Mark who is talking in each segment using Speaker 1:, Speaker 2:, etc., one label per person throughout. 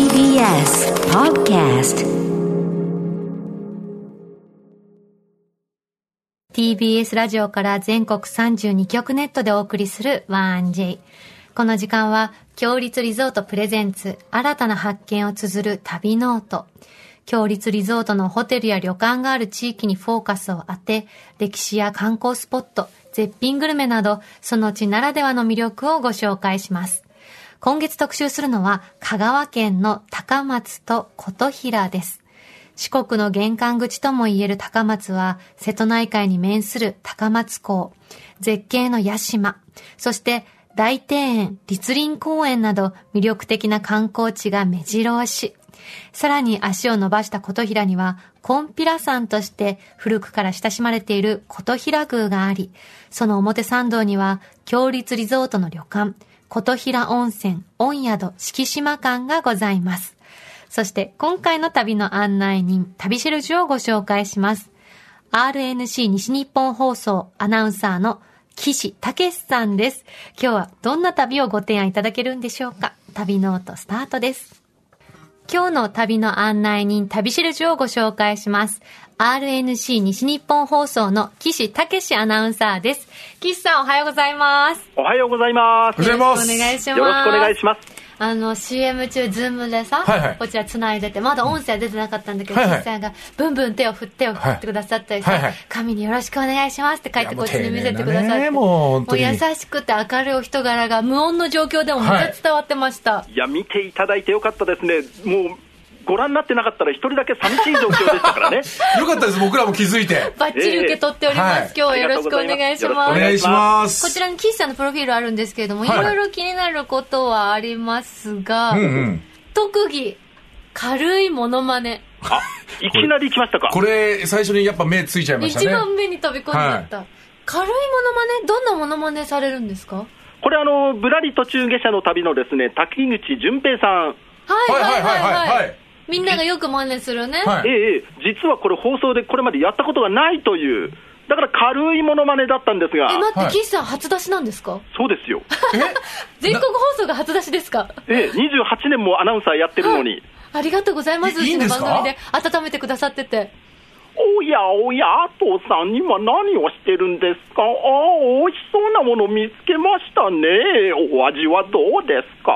Speaker 1: TBS Podcast
Speaker 2: TBS ラジオから全国32局ネットでお送りする 1J。この時間は、強立リゾートプレゼンツ、新たな発見を綴る旅ノート。強立リゾートのホテルや旅館がある地域にフォーカスを当て、歴史や観光スポット、絶品グルメなど、その地ならではの魅力をご紹介します。今月特集するのは、香川県の高松と琴平です。四国の玄関口ともいえる高松は、瀬戸内海に面する高松港、絶景の屋島、そして大庭園、立林公園など魅力的な観光地が目白押し。さらに足を伸ばした琴平には、コンピラ山として古くから親しまれている琴平宮があり、その表参道には、強立リゾートの旅館、琴平温泉、温宿、敷島館がございます。そして今回の旅の案内人、旅シェルジュをご紹介します。RNC 西日本放送アナウンサーの岸武史さんです。今日はどんな旅をご提案いただけるんでしょうか旅ノートスタートです。今日の旅の案内人、旅シェルジュをご紹介します。RNC 西日本放送の岸武史アナウンサーです。岸さんおはようございます。
Speaker 3: おはようございます。
Speaker 4: おはようございます
Speaker 2: よろしくお願いします。
Speaker 3: よろしくお願いします。
Speaker 2: あの CM 中、ズームでさ、
Speaker 4: はいはい
Speaker 2: こちら繋いでて、まだ音声出てなかったんだけど、
Speaker 4: はいはい
Speaker 2: 岸さんがブンブン手を振ってを振ってくださったりさ、
Speaker 4: はいはい
Speaker 2: 紙によろしくお願いしますって書いて、こ
Speaker 4: いやも
Speaker 2: っ
Speaker 4: う
Speaker 2: ちに見せてくださっ
Speaker 4: 丁寧
Speaker 2: て、
Speaker 4: だねもう本当に
Speaker 2: もう優しくて明るいお人柄が、無音の状況でもめっちゃ伝わってました。
Speaker 3: いや、見ていただいてよかったですね。もう、ご覧になってなかったら一人だけ寂しい状況でしたから ね。
Speaker 4: よかったです、僕らも気づいて。
Speaker 2: バッチリ受け取っております。
Speaker 4: ええ
Speaker 2: 今日はよろしくお願いしま
Speaker 4: お
Speaker 2: す。
Speaker 4: 願いします。
Speaker 2: こちらに岸さんのプロフィールあるんですけれども、
Speaker 4: はい
Speaker 2: いろいろ気になることはありますが、
Speaker 4: うんうん。
Speaker 2: 特技、軽いモノマネ。
Speaker 3: あ、いきなり来ましたか。
Speaker 4: これ、最初にやっぱ目ついちゃいました
Speaker 2: 一
Speaker 4: ね。
Speaker 2: 番目に飛び込んじゃった、軽いモノマネどんなモノマネされるんですかは
Speaker 3: これ、あの、ぶらり途中下車の旅のですね、滝口淳平さん。
Speaker 2: いはいはいはい,、
Speaker 4: はいはいはいはい
Speaker 2: みんながよく真似するね、
Speaker 4: はい。
Speaker 3: ええ、実はこれ放送でこれまでやったことがないという、だから軽いモノマネだったんですが
Speaker 2: え、待って、
Speaker 4: はい
Speaker 2: 岸さん初出しなんですか
Speaker 3: そうですよ。
Speaker 2: 全国放送が初出しですか
Speaker 3: ええ、28年もアナウンサーやってるのに、
Speaker 2: ありがとうございます。う
Speaker 4: いい
Speaker 2: ち
Speaker 4: いん
Speaker 2: の
Speaker 4: ですか
Speaker 2: 番組で温めてくださってて。
Speaker 3: おやおや、阿藤さん、今何をしてるんですかああ、美味しそうなもの見つけましたね。お味はどうですか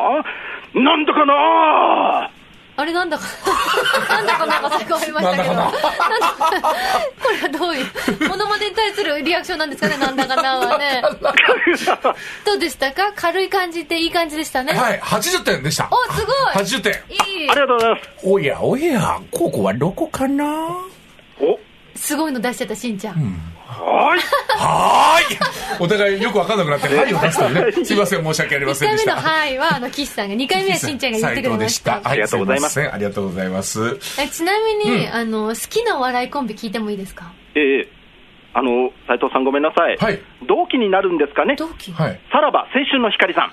Speaker 3: なんだか な
Speaker 2: あれなんだか、なんだかなんか最後ありましたけど。
Speaker 4: な
Speaker 2: なん
Speaker 4: ん
Speaker 2: だかこれはどういう、モノマネに対するリアクションなんですかね、なんだかなはね。どうでしたか軽い感じでいい感じでしたね。
Speaker 4: はい、80点でした。
Speaker 2: お、すご
Speaker 4: 80点。
Speaker 2: いいい
Speaker 3: ありがとうございます。
Speaker 4: おやおや、ここはどこかな
Speaker 3: お
Speaker 2: すごいの出しちゃった、しんちゃん。
Speaker 3: はい。
Speaker 4: はーい。お互いよくわかんなくなって、はいを出したね。すいません、申し訳ありま
Speaker 2: 1
Speaker 4: せん
Speaker 2: 回目
Speaker 4: でし
Speaker 2: の
Speaker 4: た。
Speaker 2: 「はい」はあの岸さんが2回目はしんちゃんが言ってくれました
Speaker 4: 斉藤では
Speaker 3: ありがとうございます
Speaker 4: すませんありがとうございます。
Speaker 2: えちなみに、あの好きなお笑いコンビ聞いてもいいですか
Speaker 3: ええあの、斉藤さんごめんなさい。
Speaker 4: はい
Speaker 3: 同期になるんですかね
Speaker 2: 同期、
Speaker 4: はい。
Speaker 3: さらば青春の光さん。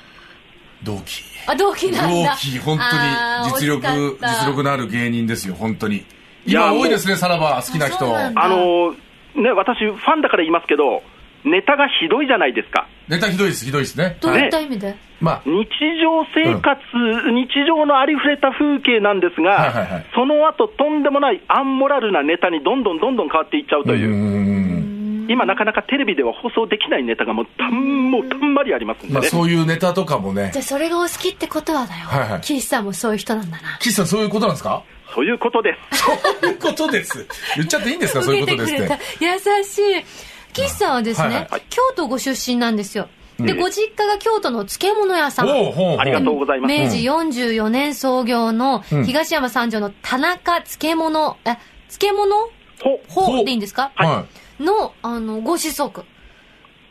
Speaker 4: 同期。
Speaker 2: あ同期なん
Speaker 4: 同
Speaker 2: だ
Speaker 4: 期、本
Speaker 2: あー
Speaker 4: 当に実
Speaker 2: 惜
Speaker 4: 力
Speaker 2: し、かった
Speaker 4: 実力のある芸人ですよ、本当に。
Speaker 3: いや
Speaker 4: 今
Speaker 3: もう
Speaker 4: 多いですね、さらば、好きな
Speaker 2: あそうなん
Speaker 4: 人
Speaker 2: だ。
Speaker 3: あの、ね、私、ファンだから言いますけど、ネタがひどいじゃないですか。
Speaker 4: ネタひどいです、ひどいですね。
Speaker 2: どういっ
Speaker 3: ね
Speaker 2: た意味で、
Speaker 4: まあ、
Speaker 3: 日常生活、日常のありふれた風景なんですが、
Speaker 4: はいはいはい
Speaker 3: その後とんでもないアンモラルなネタにどんどんどんどん変わっていっちゃうと
Speaker 4: う
Speaker 3: いう、
Speaker 4: ん。
Speaker 3: 今、なかなかテレビでは放送できないネタがもうたんもうたんまりありますんでね、
Speaker 4: まあ、そういうネタとかもね
Speaker 2: じゃ。あそれがお好きってことはだよ、
Speaker 4: はいはい
Speaker 2: 岸さんもそういう人なんだな
Speaker 4: 岸さん、そういうことなんですか
Speaker 3: そういうことです。
Speaker 4: そういうことです。言っちゃっていいんですか、そういうことですっ
Speaker 2: 受け
Speaker 4: て。
Speaker 2: てくれた優しい岸さんはですね、
Speaker 4: はいはい
Speaker 3: はい
Speaker 2: 京都ご出身なんですよで、
Speaker 3: うん
Speaker 2: ご実家が京都の漬物屋さん
Speaker 4: ほうほうほう。
Speaker 3: ありがとうございます。
Speaker 2: 明治44年創業の東山三条の田中漬物、え、漬物
Speaker 3: ほ
Speaker 2: 法でいいんですか、
Speaker 4: は
Speaker 2: の、あの、ご子息。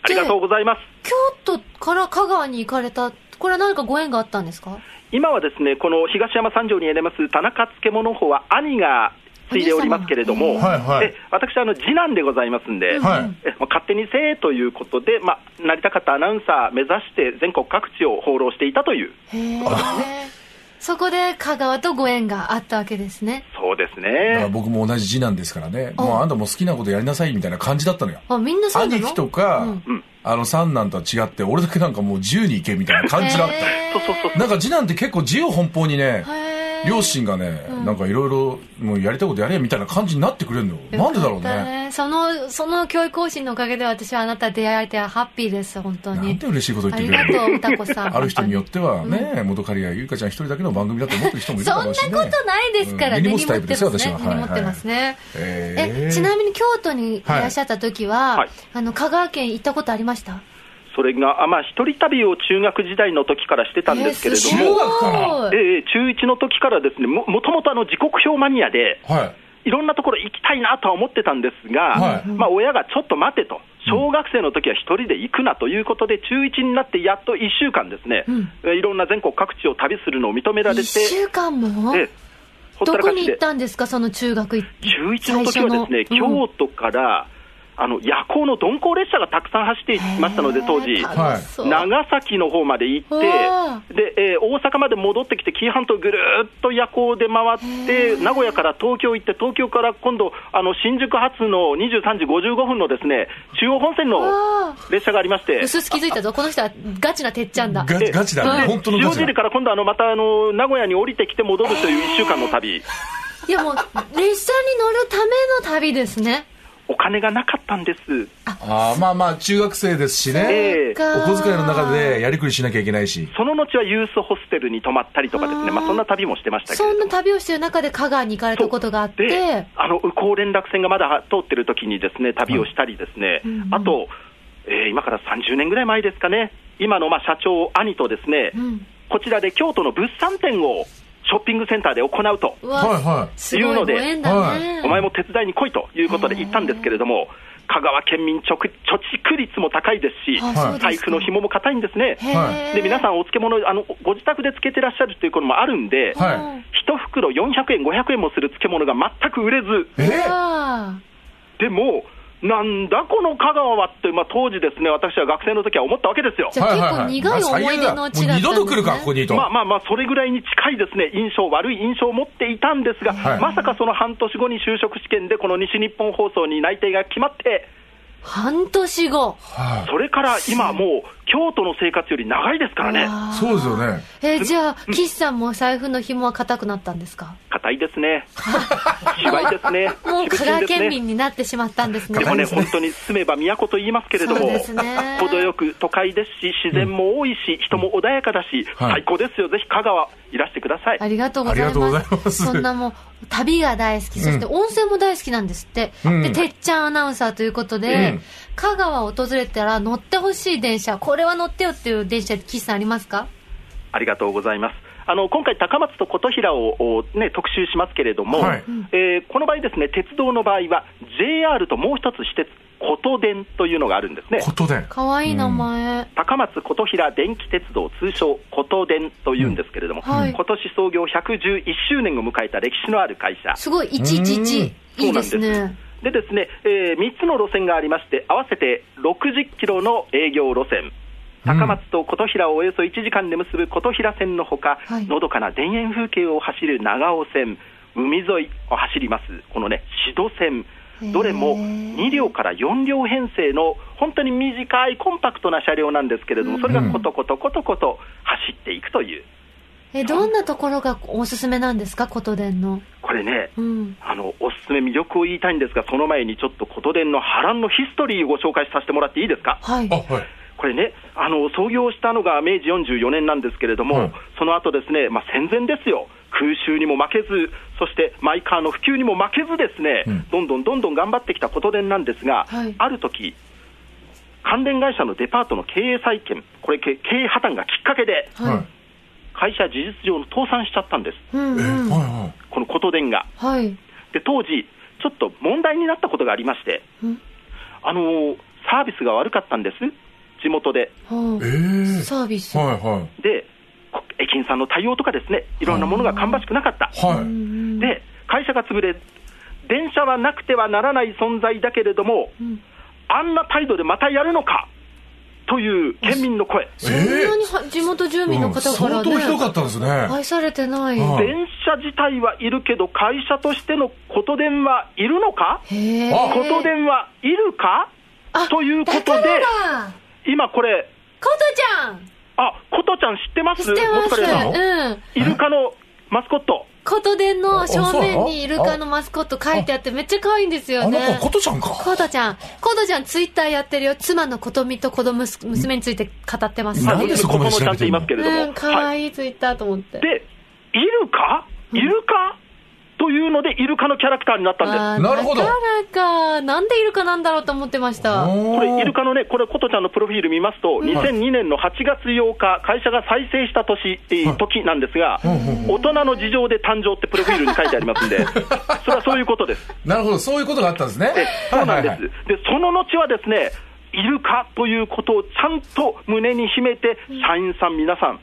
Speaker 3: ありがとうございます。
Speaker 2: 京都から香川に行かれた、これは何かご縁があったんですか
Speaker 3: 今はですね、この東山三条にあります田中漬物法は兄が継いでおりますけれど
Speaker 2: お
Speaker 3: も、
Speaker 2: 兄
Speaker 4: 様がはいはい
Speaker 3: え私あの、次男でございますんで、
Speaker 4: い。はい。
Speaker 3: え まあ勝手にせえということで、まあ、なりたかったアナウンサー目指して、全国各地を放浪していたという、
Speaker 2: へえ。そこで香川とご縁があったわけですね。
Speaker 3: そうです
Speaker 4: だから
Speaker 3: ね、
Speaker 4: 僕も同じ次男ですからね。もうあんたも好きなことやりなさいみたいな感じだったのよ。
Speaker 2: あ、みんなそうな
Speaker 4: 兄
Speaker 2: の
Speaker 4: 貴とか、
Speaker 2: うん
Speaker 3: うん
Speaker 4: あの三男とは違って、俺だけなんかもう自由に行けみたいな感じだったよ。
Speaker 2: へえ
Speaker 3: そうそうそう
Speaker 4: なんか次男って結構自由奔放にね、
Speaker 2: へ
Speaker 4: 両親がね、なんかいろいろもうやりたいことやれみたいな感じになってくれるのよなんでだろう
Speaker 2: よかった
Speaker 4: ね
Speaker 2: その、その教育方針のおかげで私はあなた出会えてハッピーです、本当
Speaker 4: なん
Speaker 2: に
Speaker 4: て。嬉しいこと言っ
Speaker 2: あ
Speaker 4: て
Speaker 2: り
Speaker 4: くれ
Speaker 2: が
Speaker 4: るの
Speaker 2: とう、歌子さん。
Speaker 4: ある人によってはね、元カリやゆいかちゃん一人だけの番組だと思ってる人もいるだ
Speaker 2: そん
Speaker 4: ろ
Speaker 2: な
Speaker 4: うし、ね、
Speaker 2: ことないですから
Speaker 4: うん
Speaker 2: ね。
Speaker 4: 根に持つタイプですよ、私は。
Speaker 2: 根に持ってます
Speaker 4: ね。
Speaker 2: ね。
Speaker 4: え
Speaker 2: え、ちなみに京都にいらっしゃった時は、
Speaker 3: はい
Speaker 2: あの、香川県行ったことありました
Speaker 3: それが、あまあ、一人旅を中学時代の時からしてたんですけれど
Speaker 2: えー
Speaker 3: も、
Speaker 4: 中学から
Speaker 2: すごい
Speaker 3: ええ中1の時からですね、ももともとあの時刻表マニアで、
Speaker 4: に。はい。
Speaker 3: いろんなところ行きたいなとは思ってたんですが、
Speaker 4: はい
Speaker 3: まあ、親がちょっと待てと、小学生の時は一人で行くなということで、中1になってやっと1週間ですね、いろんな全国各地を旅するのを認められて、
Speaker 2: 一週間も
Speaker 3: ええほった
Speaker 2: ど
Speaker 3: ら
Speaker 2: こ
Speaker 3: か
Speaker 2: に
Speaker 3: し
Speaker 2: 行
Speaker 3: で
Speaker 2: ったんですか、その中学
Speaker 3: 中1の時はですね、京都から、あの夜行の鈍行列車がたくさん走っていましたので、当時。
Speaker 4: はい
Speaker 3: 長崎の方まで行っ
Speaker 2: うわ
Speaker 3: て、でえー大阪まで戻ってきて、紀伊半島ぐるーっと夜行で回って、名古屋から東京行って、東京から今度、あの新宿発の23時55分のですね中央本線の
Speaker 2: わ
Speaker 3: 列車がありまして、
Speaker 2: 薄々気づいたぞ、この人はガチなてっちゃん だ。
Speaker 4: ガ
Speaker 3: え
Speaker 4: ガチだね。
Speaker 2: はい
Speaker 4: 本当の
Speaker 3: 塩
Speaker 4: ガチ
Speaker 3: 尻
Speaker 4: だ。
Speaker 3: から今度あの、またあの名古屋に降りてきて戻るという1週間の旅、
Speaker 2: いやもう、列車に乗るための旅ですね。
Speaker 3: お金がなかったんです。
Speaker 4: ああ、まあまあ、中学生ですしね。
Speaker 3: ええ
Speaker 2: そっか
Speaker 4: お小遣いの中でやりくりしなきゃいけないし。
Speaker 3: その後はユースホステルに泊まったりとかですね、まあ、そんな旅もしてましたけ
Speaker 2: そ
Speaker 3: れど
Speaker 2: ん
Speaker 3: も
Speaker 2: な旅をしてる中で香川に行かれたことがあっ
Speaker 3: で
Speaker 2: て、
Speaker 3: あの宇高連絡船がまだ通ってる時にですね旅をしたりですね、あと、えー今から30年ぐらい前ですかね、今のまあ社長、兄とですね、
Speaker 2: ん
Speaker 3: こちらで京都の物産展をショッピングセンターで行うと、
Speaker 2: う
Speaker 4: はい
Speaker 2: わ、
Speaker 4: は
Speaker 2: すごいご縁だね。
Speaker 3: お前も手伝いに来いということで行ったんですけれども、香川県民貯貯蓄率も高いですし
Speaker 2: あそうですか、
Speaker 3: 財布の紐も硬いんですね。
Speaker 2: へー
Speaker 3: で皆さん、お漬物あの、ご自宅で漬けてらっしゃるということもあるんで、
Speaker 4: い。は
Speaker 3: 一袋400円、500円もする漬物が全く売れず、
Speaker 4: い。え
Speaker 2: うわ
Speaker 3: でも、なんだこの香川はって、まあ、当時ですね、私は学生の時は思ったわけですよ。
Speaker 2: じゃあ結構苦い思い出の地だったんですね
Speaker 4: もう二度と来るか、ここにと。
Speaker 3: まあまあまあ、それぐらいに近いですね、印象、悪い印象を持っていたんですが、
Speaker 4: はい
Speaker 3: まさかその半年後に就職試験で、この西日本放送に内定が決まって、
Speaker 2: 半年後。
Speaker 4: は
Speaker 3: それから今もう、京都の生活より長いですからね、
Speaker 4: い。そうですよね。
Speaker 2: えーじゃあ、岸さんも財布の紐は硬くなったんですか
Speaker 3: 硬いですね、芝居ですね、
Speaker 2: もう
Speaker 3: 渋
Speaker 2: 香
Speaker 3: 心
Speaker 2: 川
Speaker 3: です
Speaker 2: 県
Speaker 3: ね。
Speaker 2: 民になってしまったんですね。
Speaker 3: でもね、
Speaker 4: 硬いですね
Speaker 3: 本当に住めば都と言いますけれども、
Speaker 2: そうですね
Speaker 3: 程よく都会ですし、自然も多いし、人も穏やかだし、
Speaker 4: はい
Speaker 3: 最高ですよ、ぜひ香川、いらしてください。
Speaker 2: ありがとうござい
Speaker 4: ありがとうござ
Speaker 2: ま
Speaker 4: い
Speaker 2: す。
Speaker 4: ます
Speaker 2: そんなもう、旅が大好き、そして温泉も大好きなんですって。
Speaker 4: うん
Speaker 2: で、てっちゃんアナウンサーということで、
Speaker 4: うん
Speaker 2: 香川を訪れたら乗ってほしい電車、これは乗ってよっていう電車、岸さんありますか
Speaker 3: ありがとうございます。あの今回、高松と琴平を、おね、特集しますけれども、
Speaker 4: はい
Speaker 3: えーこの場合ですね、鉄道の場合は、JR ともう一つ私鉄、琴電というのがあるんですね。
Speaker 4: ことで。
Speaker 2: かわいい名前。
Speaker 3: 高松琴平電気鉄道、通称、琴電というんですけれども、
Speaker 2: うんはい
Speaker 3: 今年創業111周年を迎えた歴史のある会社、
Speaker 2: すごい、111。
Speaker 3: うん
Speaker 2: いいです
Speaker 3: そうな
Speaker 2: ね。
Speaker 3: でですね、え3つの路線がありまして、合わせて60キロの営業路線、高松と琴平をおよそ1時間で結ぶ琴平線のほか、
Speaker 2: はい
Speaker 3: のどかな田園風景を走る長尾線、海沿いを走ります、このね、志度線。どれも
Speaker 2: へー
Speaker 3: 2両から4両編成の本当に短いコンパクトな車両なんですけれども、それがことことことこと走っていくという、
Speaker 2: え、どんなところがおすすめなんですか、琴電の。
Speaker 3: これね、
Speaker 2: うん。
Speaker 3: あのおすすめ魅力を言いたいんですが、その前にちょっと琴電の波乱のヒストリーをご紹介させてもらっていいですか。
Speaker 2: はい
Speaker 4: あ、。はい。
Speaker 3: これね、あの創業したのが明治44年なんですけれども、
Speaker 4: はい
Speaker 3: その後ですね、まあ、戦前ですよ、空襲にも負けず、そしてマイカーの普及にも負けず、ですね、
Speaker 4: うん
Speaker 3: どんどんどんどん頑張ってきたことでなんですが、
Speaker 2: はい
Speaker 3: ある時関連会社のデパートの経営再建、これ、け経営破綻がきっかけで、
Speaker 2: はい
Speaker 4: はい。
Speaker 3: 会社、事実上の倒産しちゃったんです、
Speaker 2: うん
Speaker 4: え
Speaker 2: うん。
Speaker 4: はいはい。
Speaker 3: このことでんが。
Speaker 2: はい。
Speaker 3: で当時、ちょっと問題になったことがありまして、
Speaker 2: うん
Speaker 3: あのーサービスが悪かったんです、地元で。
Speaker 2: は
Speaker 4: え
Speaker 2: い
Speaker 4: え。
Speaker 2: サービス。
Speaker 4: はいは
Speaker 3: で、こ駅員さんの対応とかですね、いろんなものが芳しくなかった。
Speaker 4: い。は
Speaker 2: うんう
Speaker 4: い。
Speaker 2: ん
Speaker 3: で、会社が潰れ、電車はなくてはならない存在だけれども、
Speaker 2: ん
Speaker 3: あんな態度でまたやるのかという県民の声、
Speaker 2: そんなには地元住民の
Speaker 4: うん
Speaker 2: 方から
Speaker 4: 相
Speaker 2: ね、
Speaker 4: 当ひどかったんですね。
Speaker 2: 愛されてない。
Speaker 4: はい
Speaker 3: 電車自体はいるけど、会社としてのこと電はいるのか、
Speaker 2: へえ。
Speaker 4: あ
Speaker 3: こと電はいるか
Speaker 2: あ
Speaker 3: というこ
Speaker 2: だ
Speaker 3: と
Speaker 2: から
Speaker 3: で
Speaker 2: だ、
Speaker 3: 今これ、
Speaker 2: ことちゃん
Speaker 3: あことちゃん知ってます
Speaker 2: 知ってま
Speaker 3: 元カレさん
Speaker 4: の
Speaker 2: す。うん。
Speaker 3: イルカのマスコット、
Speaker 2: 都電の正面にイルカのマスコット書いてあって、めっちゃ可愛いんですよ
Speaker 4: あの
Speaker 2: ね
Speaker 4: 子、。ことちゃんか。
Speaker 2: コードちゃん、コードちゃんツイッターやってるよ。妻のことみと子供す、娘について語ってます。
Speaker 4: なんでそこまで調
Speaker 3: ちゃん
Speaker 4: べ
Speaker 3: ってて言
Speaker 4: ん
Speaker 3: い
Speaker 4: の
Speaker 3: ますけれども。
Speaker 2: うん、可
Speaker 3: はい
Speaker 2: 愛いツイッターと思って。
Speaker 3: で、イルカイルカというので、イルカのキャラクターになったんです。
Speaker 2: あー
Speaker 4: なるほど
Speaker 2: だからか、なんでイルカなんだろうと思ってました。
Speaker 3: これ、イル
Speaker 4: か。
Speaker 3: カのね、これ、琴ちゃんのプロフィール見ますと、2002年の8月8日、会社が再生した年、え
Speaker 4: は
Speaker 3: ー
Speaker 4: い
Speaker 3: 時なんですが、大人の事情で誕生ってプロフィールに書いてありますん で、それはそういうことです。
Speaker 4: なるほど、そういうことがあったんですね
Speaker 3: で。そうなんです。
Speaker 4: はいはいはい
Speaker 3: で、その後はですね、イルカということをちゃんと胸に秘めて、社員さん皆さん、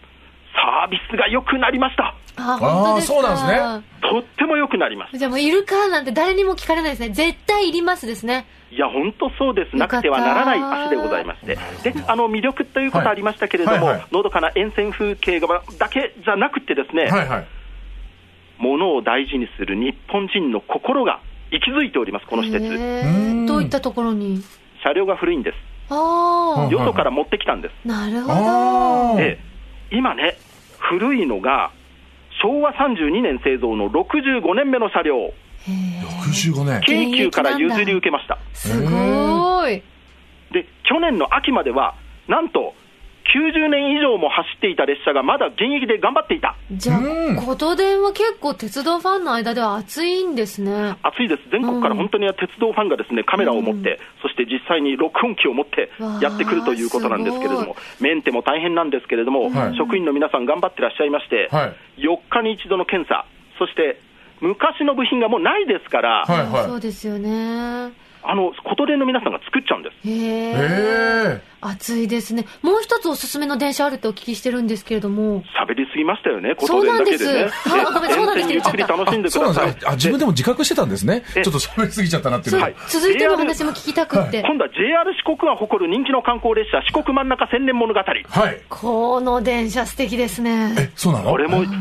Speaker 3: サービスが良くなりました。
Speaker 2: あ、本当ですか。
Speaker 4: あーそうなんで
Speaker 3: とっても良くなります。
Speaker 2: じゃあもうイルカなんて誰にも聞かれないですね。絶対いりますですね。
Speaker 3: いや、本当そうです、
Speaker 2: よか
Speaker 3: な
Speaker 2: った
Speaker 3: くてはならない足でございまして、であの魅力ということありましたけれども、
Speaker 4: はいはいはい
Speaker 3: のどかな沿線風景がだけじゃなくて、ですね、
Speaker 4: はいはい。
Speaker 3: 物を大事にする日本人の心が息づいております、この施設、
Speaker 2: へ
Speaker 4: う
Speaker 2: ー
Speaker 4: ん
Speaker 2: どういったところに
Speaker 3: 車両が古いんです、
Speaker 2: あ
Speaker 4: うん
Speaker 3: よそから持ってきたんです、
Speaker 2: あ、なるほ
Speaker 4: あ
Speaker 2: ど。
Speaker 4: ー
Speaker 3: で今ね、古いのが昭和32年製造の65年目の車両、
Speaker 2: へー
Speaker 4: 65年。
Speaker 3: 京急から
Speaker 2: 現役なん
Speaker 3: 譲
Speaker 2: だ
Speaker 3: り受けました。
Speaker 2: すごーい。
Speaker 3: で去年の秋までは、なんと90年以上も走っていた列車がまだ現役で頑張っていた、
Speaker 2: じゃ
Speaker 4: うん
Speaker 2: あ、ことでんは結構鉄道ファンの間では熱いんですね。
Speaker 3: 暑いです、全国から本当に鉄道ファンがですねカメラを持って、そして実際に録音機を持ってやってくるということなんですけれど
Speaker 2: わ
Speaker 3: も、メンテも大変なんですけれども、
Speaker 4: はい
Speaker 3: 職員の皆さん、頑張ってらっしゃいまして、
Speaker 4: はい
Speaker 3: 4日に一度の検査、そして昔の部品がもうないですから、
Speaker 4: はいはい
Speaker 2: そうですよね。
Speaker 3: あの琴電の皆さんが作っちゃうんです。
Speaker 2: へ
Speaker 4: へ
Speaker 2: え。
Speaker 4: え。
Speaker 2: 熱いですね。もう一つおすすめの電車あるとお聞きしてるんですけれども。
Speaker 3: 喋りすぎましたよね、琴電だけでね。ね
Speaker 2: そうなんですあごめんそうなんで
Speaker 3: 沿
Speaker 2: す
Speaker 3: 線ゆっくり楽しんでく
Speaker 4: そう
Speaker 3: だ
Speaker 4: な
Speaker 3: さ
Speaker 4: ん
Speaker 3: い
Speaker 4: です。。あ、自分でも自覚してたんですね。ちょ
Speaker 3: え
Speaker 4: っと喋りすぎちゃったなっていう
Speaker 2: そ
Speaker 4: の
Speaker 2: う
Speaker 4: は。
Speaker 2: 続いてのお話も聞きたくって。
Speaker 3: 今度は JR 四国が誇る人気の観光列車、四国真ん中千年物語。
Speaker 4: はい。
Speaker 2: この電車素敵ですね。
Speaker 4: そうなの
Speaker 3: これも、さ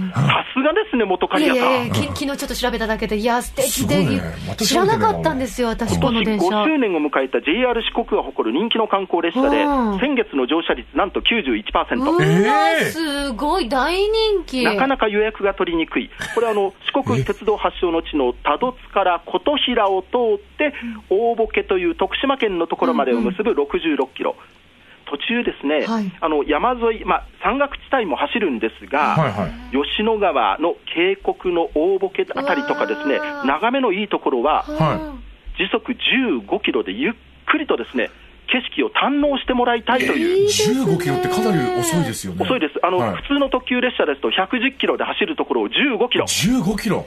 Speaker 3: すがですね、元
Speaker 2: い
Speaker 3: 刈
Speaker 2: や
Speaker 3: 谷
Speaker 2: い
Speaker 3: さ
Speaker 2: や
Speaker 3: ん
Speaker 2: いや、。き昨日ちょっと調べただけで、いや、素敵
Speaker 4: す
Speaker 2: で、
Speaker 4: ごいねまた
Speaker 2: 知
Speaker 4: 調
Speaker 2: ら
Speaker 4: べて
Speaker 2: な
Speaker 4: るな
Speaker 2: かったんですよ、私、こ
Speaker 3: 今
Speaker 2: の
Speaker 3: 年
Speaker 2: 電車。
Speaker 3: 5周年を迎えた JR 四国が誇る人気の観光列車で
Speaker 2: うん、
Speaker 3: 先月の乗車率、なんと
Speaker 2: う
Speaker 3: 91%。
Speaker 2: わ、
Speaker 4: えー
Speaker 2: すごい、大人気。
Speaker 3: なかなか予約が取りにくい、これはあの四国鉄道発祥の地の多度津から琴平を通って、大ボケという徳島県のところまでを結ぶ66キロ、途中ですね、
Speaker 2: はい
Speaker 3: あの山沿い、まあ、山岳地帯も走るんですが、
Speaker 4: はいはい。
Speaker 3: 吉野川の渓谷の大ボケあたりとかですね
Speaker 2: うわ、ー
Speaker 3: 眺めのいいところは、
Speaker 2: は
Speaker 3: 時速15キロでゆっくりとですね景色を堪能してもらいたいという、
Speaker 2: いですね
Speaker 4: 15キロってかなり遅いですよね。
Speaker 3: 遅いですあの、
Speaker 4: はい
Speaker 3: 普通の特急列車ですと110キロで走るところを15キロ、
Speaker 4: 15キロ。
Speaker 2: い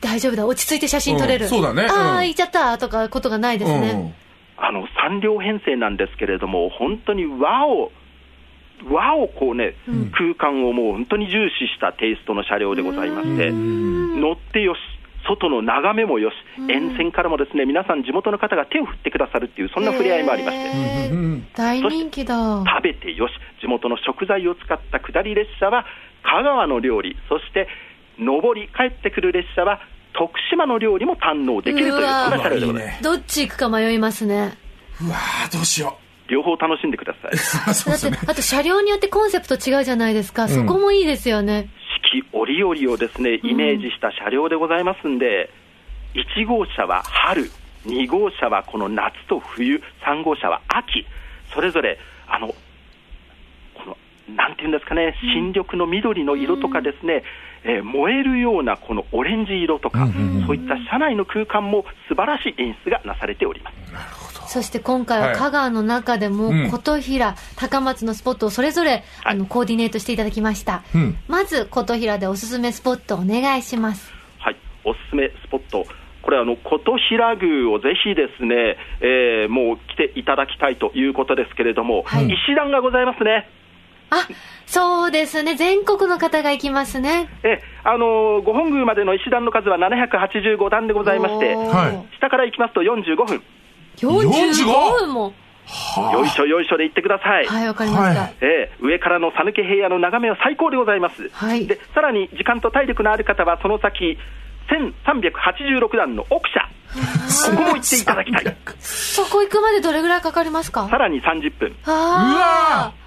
Speaker 2: 大丈夫だ、落ち着いて写真撮れる。
Speaker 4: うんそうだねうん
Speaker 2: ああ、行っちゃったとかことがないですね。
Speaker 3: あの3両編成なんですけれども、本当に和を、和をこうね、空間をもう本当に重視したテイストの車両でございまして、乗ってよし。外の眺めもよし、沿線からもですね皆さん、地元の方が手を振ってくださるっていう、そんな触れ合いもありまして、
Speaker 2: へー
Speaker 4: うんうんうん
Speaker 2: 大人気だ。
Speaker 3: 食べてよし、地元の食材を使った下り列車は香川の料理、そして上り、帰ってくる列車は徳島の料理も堪能できると
Speaker 2: う
Speaker 3: いう、そ
Speaker 2: んわ
Speaker 3: な車両でござい
Speaker 4: いい
Speaker 3: ます。
Speaker 4: ね
Speaker 2: どっち行くか迷いますね。
Speaker 4: うん。うわー、どうしよ
Speaker 3: 両方楽しんでください。四
Speaker 4: う。 そ
Speaker 2: だって
Speaker 4: うですね。、
Speaker 2: あと車両によってコンセプト違うじゃないですか。そこもいいですよね。
Speaker 3: 季折々をですね、イメージした車両でございますんで、1号車は春、2号車はこの夏と冬、3号車は秋、それぞれ、あの、この、なんていうんですかね、新緑の緑の色とかですね、えー燃えるようなこのオレンジ色とか、そういった車内の空間も素晴らしい演出がなされております。
Speaker 2: そして今回は
Speaker 4: はい
Speaker 2: 香川の中でも、
Speaker 4: うん
Speaker 2: 琴平、高松のスポットをそれぞれ、あの、コーディネートしていただきました。
Speaker 4: うん
Speaker 2: まず、琴平でおすすめスポットお願いします。
Speaker 3: はい、おすすめスポット、これ、あの琴平宮をぜひですね、えーもう来ていただきたいということですけれども、
Speaker 2: はい
Speaker 3: 石段がございますね。
Speaker 2: あ、そうですね。全国の方が行きますね。
Speaker 3: えあのー御本宮までの石段の数は785段でございまして、
Speaker 2: おー
Speaker 4: はい
Speaker 3: 下から行きますと45分、
Speaker 2: 45分も。
Speaker 3: よいしょよいしょで行ってください、
Speaker 2: はい、わかりまし
Speaker 4: は
Speaker 2: た。
Speaker 3: えー上からの讃岐平野の眺めは最高でございます、
Speaker 2: はい
Speaker 3: でさらに時間と体力のある方は、その先、1386段の奥社、ここも行っていただきたい、
Speaker 2: そこ行くまでどれぐらいかかりますか
Speaker 3: さらに30分、
Speaker 2: ああ。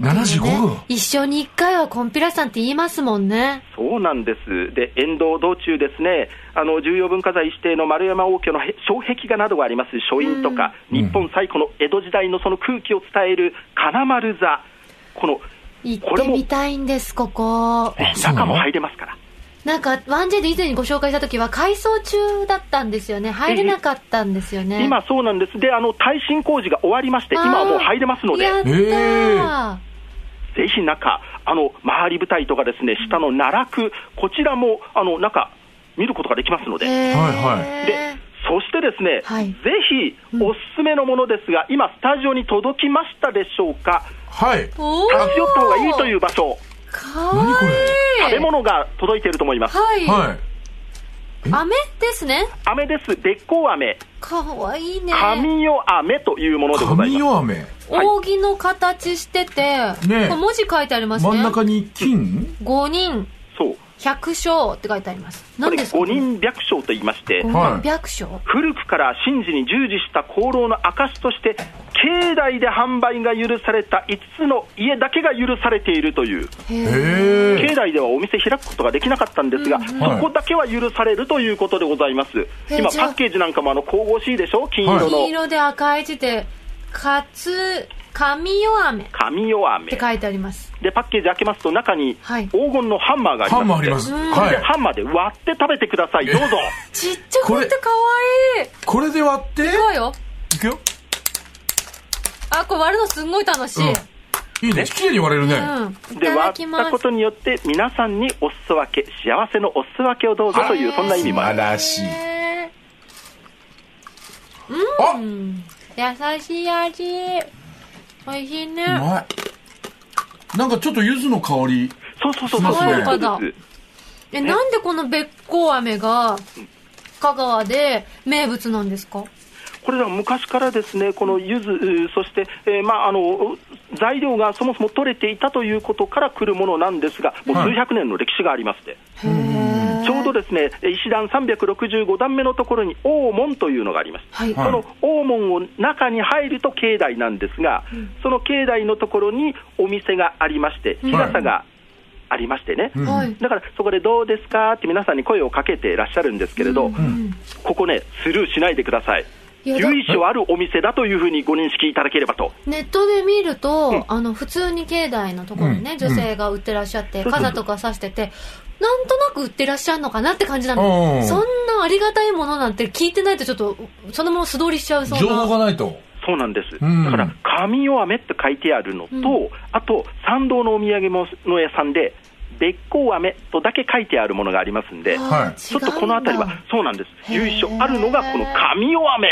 Speaker 4: 75分。
Speaker 2: 一生に一回はコンピラさんって言いますもんね。
Speaker 3: そうなんです。で、沿道道中ですね、あの、重要文化財指定の丸山王居のへ障壁画などがあります書院とか、日本最古の江戸時代のその空気を伝える金丸座、この、
Speaker 2: 行
Speaker 3: こ
Speaker 2: っ
Speaker 3: れ
Speaker 2: て
Speaker 3: も
Speaker 2: みたいんです、ここ。
Speaker 4: あそうな
Speaker 3: 中
Speaker 4: の
Speaker 3: も入れますから。
Speaker 2: なんか、ワンジェで以前にご紹介した時は改装中だったんですよね。入れなかったんですよね。
Speaker 3: 今そうなんです。で、あの、耐震工事が終わりまして、
Speaker 2: あー
Speaker 3: 今はもう入れますので、
Speaker 2: やったー、
Speaker 4: へ
Speaker 3: ぜひ中、あの、周り舞台とかですね、下の奈落、こちらも、あの、中、見ることができますので。
Speaker 2: へー
Speaker 4: はい
Speaker 3: で、そしてですね、
Speaker 2: はい
Speaker 3: ぜひおすすめのものですが、今、スタジオに届きましたでしょうか、
Speaker 4: はい。
Speaker 2: おー
Speaker 3: 立ち寄った方がいいという場所、
Speaker 2: かわいい。
Speaker 3: 食べ物が届いていると思います、
Speaker 2: はい。
Speaker 4: はい。
Speaker 2: 飴ですね。
Speaker 3: 飴です、べっこう飴、
Speaker 2: かわいいね。
Speaker 3: 神代飴というものでございま
Speaker 4: 神
Speaker 3: す。
Speaker 4: 夜飴。
Speaker 3: はい
Speaker 2: 扇の形してて、
Speaker 4: ねえ
Speaker 2: これ文字書いてありますね。
Speaker 4: 真ん中に金
Speaker 2: 5人
Speaker 3: そう
Speaker 2: 百姓って書いてあります。
Speaker 3: こ
Speaker 2: 何
Speaker 3: れ
Speaker 2: ですか
Speaker 3: 五人百姓と言いまして、
Speaker 2: 五
Speaker 4: はい
Speaker 2: 人百姓、
Speaker 3: 古くから神事に従事した功労の証として、境内で販売が許された5つの家だけが許されているという、
Speaker 2: へ
Speaker 4: へ
Speaker 2: ー
Speaker 4: え。
Speaker 3: 境内ではお店開くことができなかったんですが、
Speaker 4: はい
Speaker 3: そこだけは許されるということでございます、
Speaker 2: え
Speaker 3: 今、
Speaker 2: じゃあ
Speaker 3: パッケージなんかもあの神々しいでしょ、金色
Speaker 2: 金
Speaker 3: の
Speaker 2: 色で赤い字で、かつ、神夜飴っ
Speaker 3: 神夜飴
Speaker 2: て書いてあります。
Speaker 3: で、パッケージ開けますと、中に
Speaker 2: はい
Speaker 3: 黄金のハンマーがあります
Speaker 4: ハンマーあります。
Speaker 3: で
Speaker 4: は
Speaker 3: で
Speaker 4: い。
Speaker 3: ハンマーで割って食べてください、どうぞ、
Speaker 2: ちっちゃくてかわいい。
Speaker 4: これで割って、
Speaker 2: そうよ。
Speaker 4: いくよ。
Speaker 2: あ、これ割るのすんごい楽しい。うん。
Speaker 4: うん。いいね。綺麗に割れるね。
Speaker 2: い
Speaker 3: で
Speaker 2: ただ
Speaker 3: 割
Speaker 2: き
Speaker 3: っ
Speaker 2: ま
Speaker 3: た
Speaker 2: す。
Speaker 3: ことによって、皆さんにお裾分け、幸せのお裾分けをどうぞという、そんな意味もあ
Speaker 4: あ
Speaker 3: る。
Speaker 4: らしい。
Speaker 2: へ
Speaker 4: あ
Speaker 2: ーうん。優しい味。美味しいうね。
Speaker 4: まい。なんかちょっと柚子の香り。
Speaker 3: そうそうそう
Speaker 4: し
Speaker 3: そう、
Speaker 4: ますね
Speaker 3: そういうことです。
Speaker 2: え、なんでこのべっこう飴が、香川で名物なんですか
Speaker 3: これらは昔からですね、この柚子、うーそして、えーまあ、あの材料がそもそも取れていたということから来るものなんですが、もう
Speaker 4: はい
Speaker 3: 数百年の歴史がありまして、
Speaker 2: へー
Speaker 3: ちょうどですね、えー石段365段目のところに大門というのがあります。
Speaker 2: はい。
Speaker 4: はい
Speaker 3: この大門を中に入ると境内なんですが、その境内のところにお店がありまして、日傘がありましてね、
Speaker 4: うん
Speaker 2: はい。
Speaker 3: だからそこでどうですかって皆さんに声をかけていらっしゃるんですけれど、ここね、スルーしないでください。
Speaker 2: いやだ
Speaker 3: 由緒あるお店だというふうにご認識いただければと。
Speaker 2: ネットで見ると、あの普通に境内のところにね、女性が売ってらっしゃって、傘とかさしてて、なんとなく売ってらっしゃるのかなって感じな
Speaker 4: う
Speaker 2: の。
Speaker 4: ん
Speaker 2: そんなありがたいものなんて聞いてないとちょっと、そのまま素通りしちゃうそう
Speaker 4: 情
Speaker 2: な。
Speaker 4: 報がないと。
Speaker 3: そうなんです。
Speaker 4: うん
Speaker 3: だから、神代飴って書いてあるのと、あと、参道のお土産物屋さんで、べっこう飴とだけ書いてあるものがありますんで、
Speaker 4: はい
Speaker 2: あー
Speaker 3: ちょっとこの辺り
Speaker 2: 違うん
Speaker 3: は
Speaker 2: だ、
Speaker 3: そうなんです。
Speaker 2: へー
Speaker 3: 由緒あるのが、この神代飴。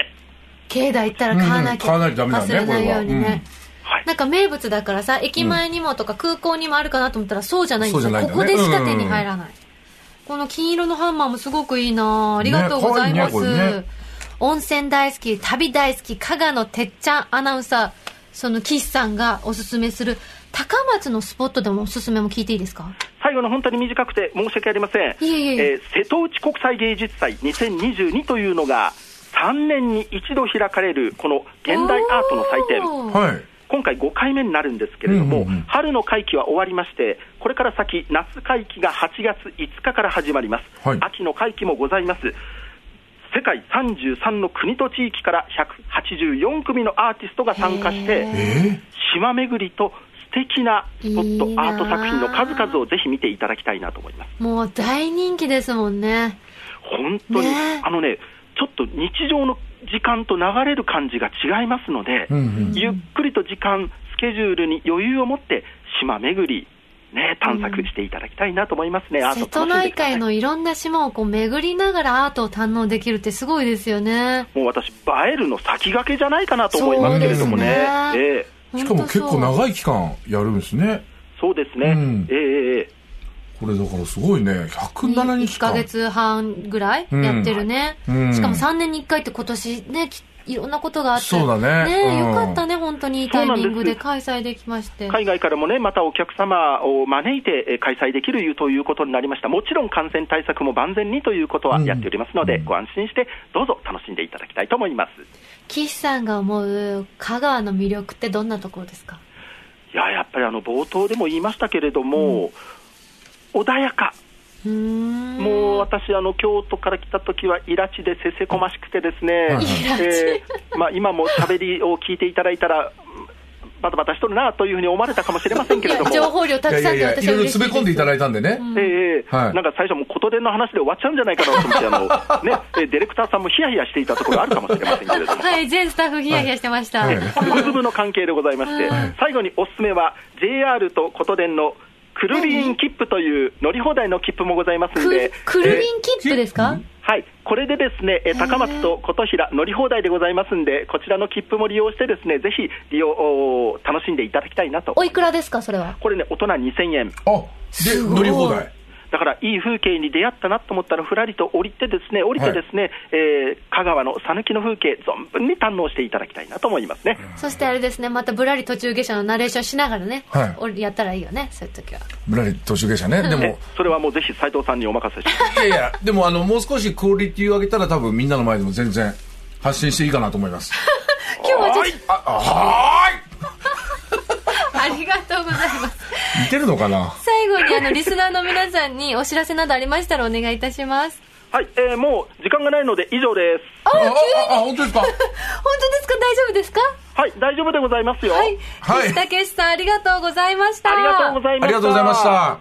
Speaker 2: 境内行ったら買わなきゃ、
Speaker 4: うんうん買わないとダメだ
Speaker 2: 忘れ
Speaker 4: ね
Speaker 2: ないように
Speaker 4: これは
Speaker 2: ね、
Speaker 3: はい
Speaker 2: なんか名物だからさ駅前にもとか空港にもあるかなと思ったらそうじゃないんです
Speaker 4: そ
Speaker 2: よ、
Speaker 4: うじゃないん
Speaker 2: こ
Speaker 4: だ
Speaker 2: こ
Speaker 4: ね
Speaker 2: でしか手に入らない、この金色のハンマーもすごくいいなありがとうございます、
Speaker 4: ね可愛いねこれね
Speaker 2: 温泉大好き旅大好き加賀のてっちゃんアナウンサーその岸さんがおすすめする高松のスポットでもおすすめも聞いていいですか
Speaker 3: 最後の本当に短くて申し訳ありません。
Speaker 2: いえいえいえ
Speaker 3: ー瀬戸内国際芸術祭2022というのが、3年に一度開かれる、この現代アートの祭典。
Speaker 2: おー
Speaker 4: はい。
Speaker 3: 今回5回目になるんですけれども、
Speaker 4: うんうんうん
Speaker 3: 春の会期は終わりまして、これから先、夏会期が8月5日から始まります、
Speaker 4: はい
Speaker 3: 秋の会期もございます、世界33の国と地域から184組のアーティストが参加し
Speaker 2: へ
Speaker 3: て、
Speaker 4: え
Speaker 3: 島巡りと素敵なスポット、
Speaker 2: いいなあ
Speaker 3: アート作品の数々をぜひ見ていただきたいなと思います。
Speaker 2: もう大人気ですもんね
Speaker 3: 本当に、
Speaker 2: ねえ
Speaker 3: あのねちょっと日常の時間と流れる感じが違いますので、
Speaker 4: うんうん
Speaker 3: ゆっくりと時間、スケジュールに余裕を持って、島巡り、ね、探索していただきたいなと思いますね、アー
Speaker 2: 瀬
Speaker 3: ト
Speaker 2: 戸
Speaker 3: 楽しんで
Speaker 2: 内
Speaker 3: ください
Speaker 2: 海のいろんな島をこう巡りながらアートを堪能できるってすごいですよね。
Speaker 3: もう私、映えるの先駆けじゃないかなと思いますけれどもね、
Speaker 2: そうですね
Speaker 3: ええ
Speaker 4: しかも結構
Speaker 2: い。
Speaker 4: 長い期間やるんですね。
Speaker 3: そうですね、
Speaker 4: うん
Speaker 3: ええええ
Speaker 4: これだからすごいね。107日
Speaker 2: 1
Speaker 4: 間。
Speaker 2: ヶ月半ぐらいやってるね。
Speaker 4: うん
Speaker 2: しかも3年に1回って今年ね、きいろんなことがあって。
Speaker 4: そうだねうん
Speaker 2: よかったね、本当にいいタイミングで開催できまして。
Speaker 3: 海外からもね、またお客様を招いてえー開催できるということになりました、もちろん感染対策も万全にということはやっておりますので、ご安心して、どうぞ楽しんでいただきたいと思います。
Speaker 2: 岸さんが思う香川の魅力ってどんなところですか
Speaker 3: いや、やっぱりあの冒頭でも言いましたけれども、穏やか。
Speaker 2: うーん
Speaker 3: もう私、あの京都から来た時は、いらちでせせこましくてですね、
Speaker 4: はい
Speaker 3: えーまあ、今も喋りを聞いていただいたら、バタバタしとるなというふうに思われたかもしれませんけれども、
Speaker 2: いや情報量たくさん
Speaker 4: い
Speaker 2: で
Speaker 4: やいやい
Speaker 2: 私はい
Speaker 4: やろいろ
Speaker 2: 嬉しい
Speaker 4: 詰め込んでいただいたんでね。
Speaker 3: ええ
Speaker 4: はい
Speaker 3: なんか最初、もう琴電の話で終わっちゃうんじゃないかなと思って、あのねえーディレクターさんもヒヤヒヤしていたところあるかもしれませんけれども。
Speaker 2: はい、全スタッフヒヤヒヤしてました。
Speaker 4: はい
Speaker 3: 部部の関係でございまして
Speaker 2: は、
Speaker 3: 最後におすすめは、JR と琴電のくるりん切符という乗り放題の切符もございますん
Speaker 2: く
Speaker 3: で、
Speaker 2: くるりん切符ですか
Speaker 3: はい、これでですね、えー高松と琴平乗り放題でございますんで、こちらの切符も利用してですね、ぜひ利用おー楽しんでいただきたいなと。
Speaker 2: おいくらですかそれは。、
Speaker 3: これね、大人2000円。
Speaker 4: あ、です
Speaker 2: ごい
Speaker 4: 乗り放題。
Speaker 3: だから、いい風景に出会ったなと思ったら、ふらりと降りてですね、降りてですね、えー香川の讃岐の風景、存分に堪能していただきたいなと思いますね。
Speaker 2: そしてあれですね、またぶらり途中下車のナレーションしながらね、
Speaker 4: はい
Speaker 2: おやったらいいよね、そういう時は。
Speaker 4: ぶらり途中下車ね。で
Speaker 3: え
Speaker 4: も、
Speaker 3: それはもうぜひ斉藤さんにお任せします。
Speaker 4: いやいや、でもあの、もう少しクオリティを上げたら多分みんなの前でも全然発信していいかなと思います。
Speaker 2: 今日はちょっ
Speaker 4: はい。あ、は
Speaker 2: とありがとうございます。
Speaker 4: ーい。似てるのかな
Speaker 2: 最後にあの、リスナーの皆さんにお知らせなどありましたらお願いいたします。
Speaker 3: はい、えーもう時間がないので以上です。
Speaker 2: あ、
Speaker 4: あ、
Speaker 2: 急に
Speaker 4: あ、あ、本当ですか
Speaker 2: 本当ですか大丈夫ですか
Speaker 3: はい、大丈夫でございますよ。
Speaker 2: はい。
Speaker 4: はい
Speaker 2: 岸武史さんありがとうございました。
Speaker 3: ありがとうござい
Speaker 4: あ
Speaker 3: ました。
Speaker 4: りがとうございました。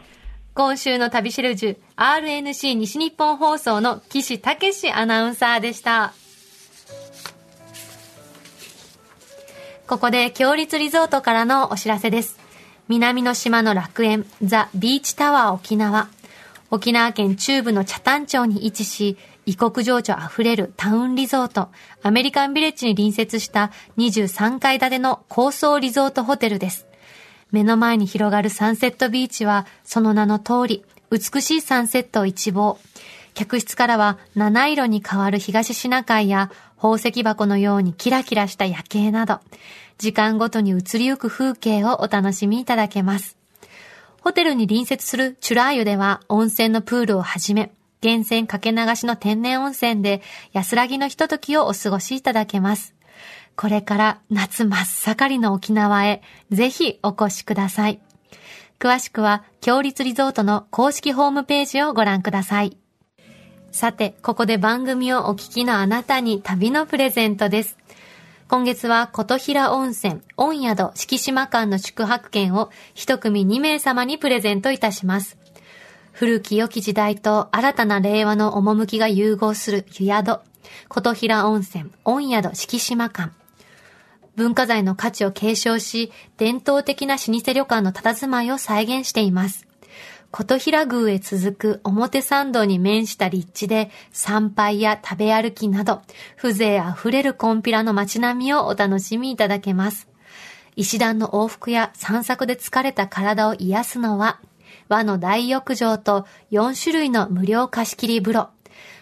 Speaker 2: 今週の旅シェルジュ、RNC 西日本放送の岸武史アナウンサーでした。ここで、強立リゾートからのお知らせです。南の島の楽園、ザ・ビーチタワー沖縄。沖縄県中部の北谷町に位置し、異国情緒あふれるタウンリゾート、アメリカンビレッジに隣接した23階建ての高層リゾートホテルです。目の前に広がるサンセットビーチは、その名の通り、美しいサンセットを一望。客室からは七色に変わる東シナ海や宝石箱のようにキラキラした夜景など、時間ごとに移りゆく風景をお楽しみいただけます。ホテルに隣接するチュラー湯では温泉のプールをはじめ、源泉かけ流しの天然温泉で安らぎのひとときをお過ごしいただけます。これから夏真っ盛りの沖縄へぜひお越しください。詳しくは、強立リゾートの公式ホームページをご覧ください。さて、ここで番組をお聞きのあなたに旅のプレゼントです。今月は、琴平温泉、温宿、敷島間の宿泊券を一組2名様にプレゼントいたします。古き良き時代と新たな令和の趣が融合する湯宿、琴平温泉、温宿、敷島間。文化財の価値を継承し、伝統的な老舗旅館の佇まいを再現しています。琴平宮へ続く表参道に面した立地で、参拝や食べ歩きなど、風情あふれるコンピラの街並みをお楽しみいただけます。石段の往復や散策で疲れた体を癒すのは、和の大浴場と4種類の無料貸し切り風呂。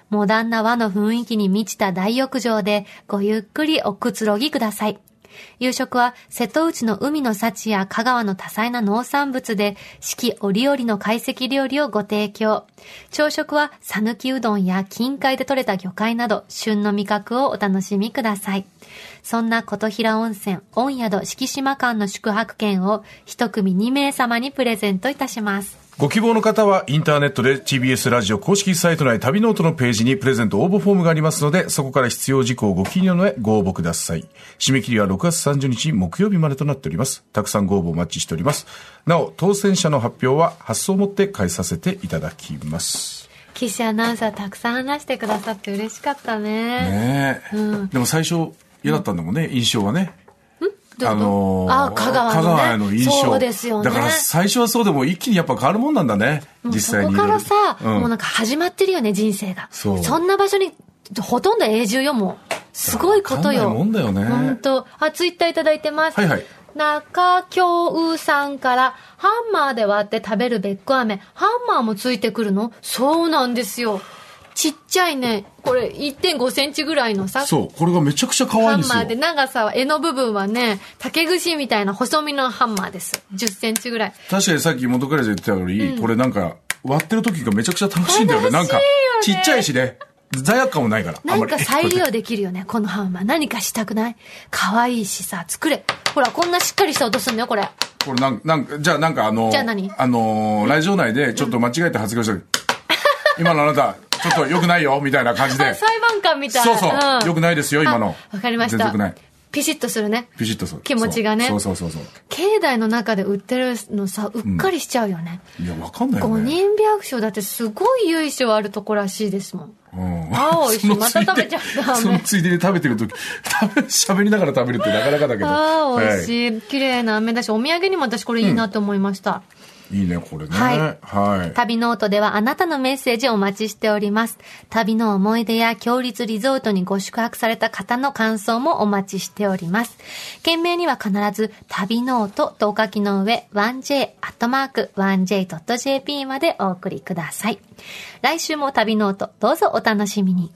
Speaker 2: モダンな和の雰囲気に満ちた大浴場でごゆっくりおくつろぎください。夕食は瀬戸内の海の幸や香川の多彩な農産物で四季折々の懐石料理をご提供。朝食は讃岐うどんや近海で採れた魚介など旬の味覚をお楽しみください。そんな琴平温泉、温宿、敷島間の宿泊券を一組2名様にプレゼントいたします。
Speaker 4: ご希望の方はインターネットで TBS ラジオ公式サイト内旅ノートのページにプレゼント応募フォームがありますので、そこから必要事項をご記入の上ご応募ください。締め切りは6月30日木曜日までとなっております。たくさんご応募お待ちしております。なお、当選者の発表は発送をもって返させていただきます。
Speaker 2: 岸アナウンサーたくさん話してくださって嬉しかったね。
Speaker 4: ねえ。でも最初嫌だったんだもんね、印象はね。
Speaker 2: どういうことあ香川のね
Speaker 4: 香の印象。
Speaker 2: そうですよね
Speaker 4: だから最初はそうでも一気にやっぱ変わるもんなんだね、
Speaker 2: もう
Speaker 4: 実
Speaker 2: そ
Speaker 4: 際
Speaker 2: こ
Speaker 4: に。
Speaker 2: からさ、
Speaker 4: うん
Speaker 2: もうなんか始まってるよね、人生が。
Speaker 4: そ
Speaker 2: そううんな場所に、ほとんど永住よ、もう。すごいことよ。
Speaker 4: わかんないもんだよね
Speaker 2: 本当。あ、ツイッターいただいてます。
Speaker 4: はいはい
Speaker 2: 中京うさんから、ハンマーで割って食べるべっこ飴、ハンマーもついてくるのそうなんですよ。ちっちゃいね、これ1.5センチぐらいのさ、
Speaker 4: そう、これがめちゃくちゃ可愛い
Speaker 2: ハン
Speaker 4: んですよ。
Speaker 2: マーで長さは、柄の部分はね、竹串みたいな細身のハンマーです。10センチぐらい。
Speaker 4: 確かにさっき元カレ言ってたより、これなんか、割ってる時がめちゃくちゃ楽しいんだよね。なんか、
Speaker 2: 楽しい
Speaker 4: ち
Speaker 2: よね
Speaker 4: っちゃいしね。罪悪感もないから。あ
Speaker 2: なんん
Speaker 4: まり
Speaker 2: か再利用できるよね、このハンマー。何かしたくない可愛いしさ、作れ。ほら、こんなしっかりした音すんのよ、これ。
Speaker 4: これなんなんかじゃあなんかあの
Speaker 2: じゃあ何
Speaker 4: あのーラジオ内でちょっと間違えて発言した時、今のあなたちょっと良くないよみたいな感じで
Speaker 2: あ裁判官みたい
Speaker 4: そうそう良くないですよ今の
Speaker 2: あわかりました
Speaker 4: 全然良くない
Speaker 2: ピシッとするね
Speaker 4: ピシッとそう
Speaker 2: 気持ちがね
Speaker 4: そうそうそうそう
Speaker 2: 境内の中で売ってるのさうっかりしちゃうよね、
Speaker 4: いやわかんないよ
Speaker 2: 五
Speaker 4: ね
Speaker 2: 人百姓だってすごい由緒あるとこらしいですもん
Speaker 4: うん
Speaker 2: 青いし
Speaker 4: その
Speaker 2: また食べ
Speaker 4: ついで
Speaker 2: ちゃダメ
Speaker 4: そのついでに食べてる時食べ喋りながら食べるってなかなかだけど
Speaker 2: ああ美味
Speaker 4: は
Speaker 2: しい綺麗な飴だしお土産にも私これいいなと思いました、
Speaker 4: い、いいねこれね
Speaker 2: はい
Speaker 4: はい
Speaker 2: 旅ノートではあなたのメッセージをお待ちしております。旅の思い出や強立リゾートにご宿泊された方の感想もお待ちしております。件名には必ず旅ノートとお書きの上 1j.1j.jp までお送りください。来週も旅ノートどうぞお楽しみに。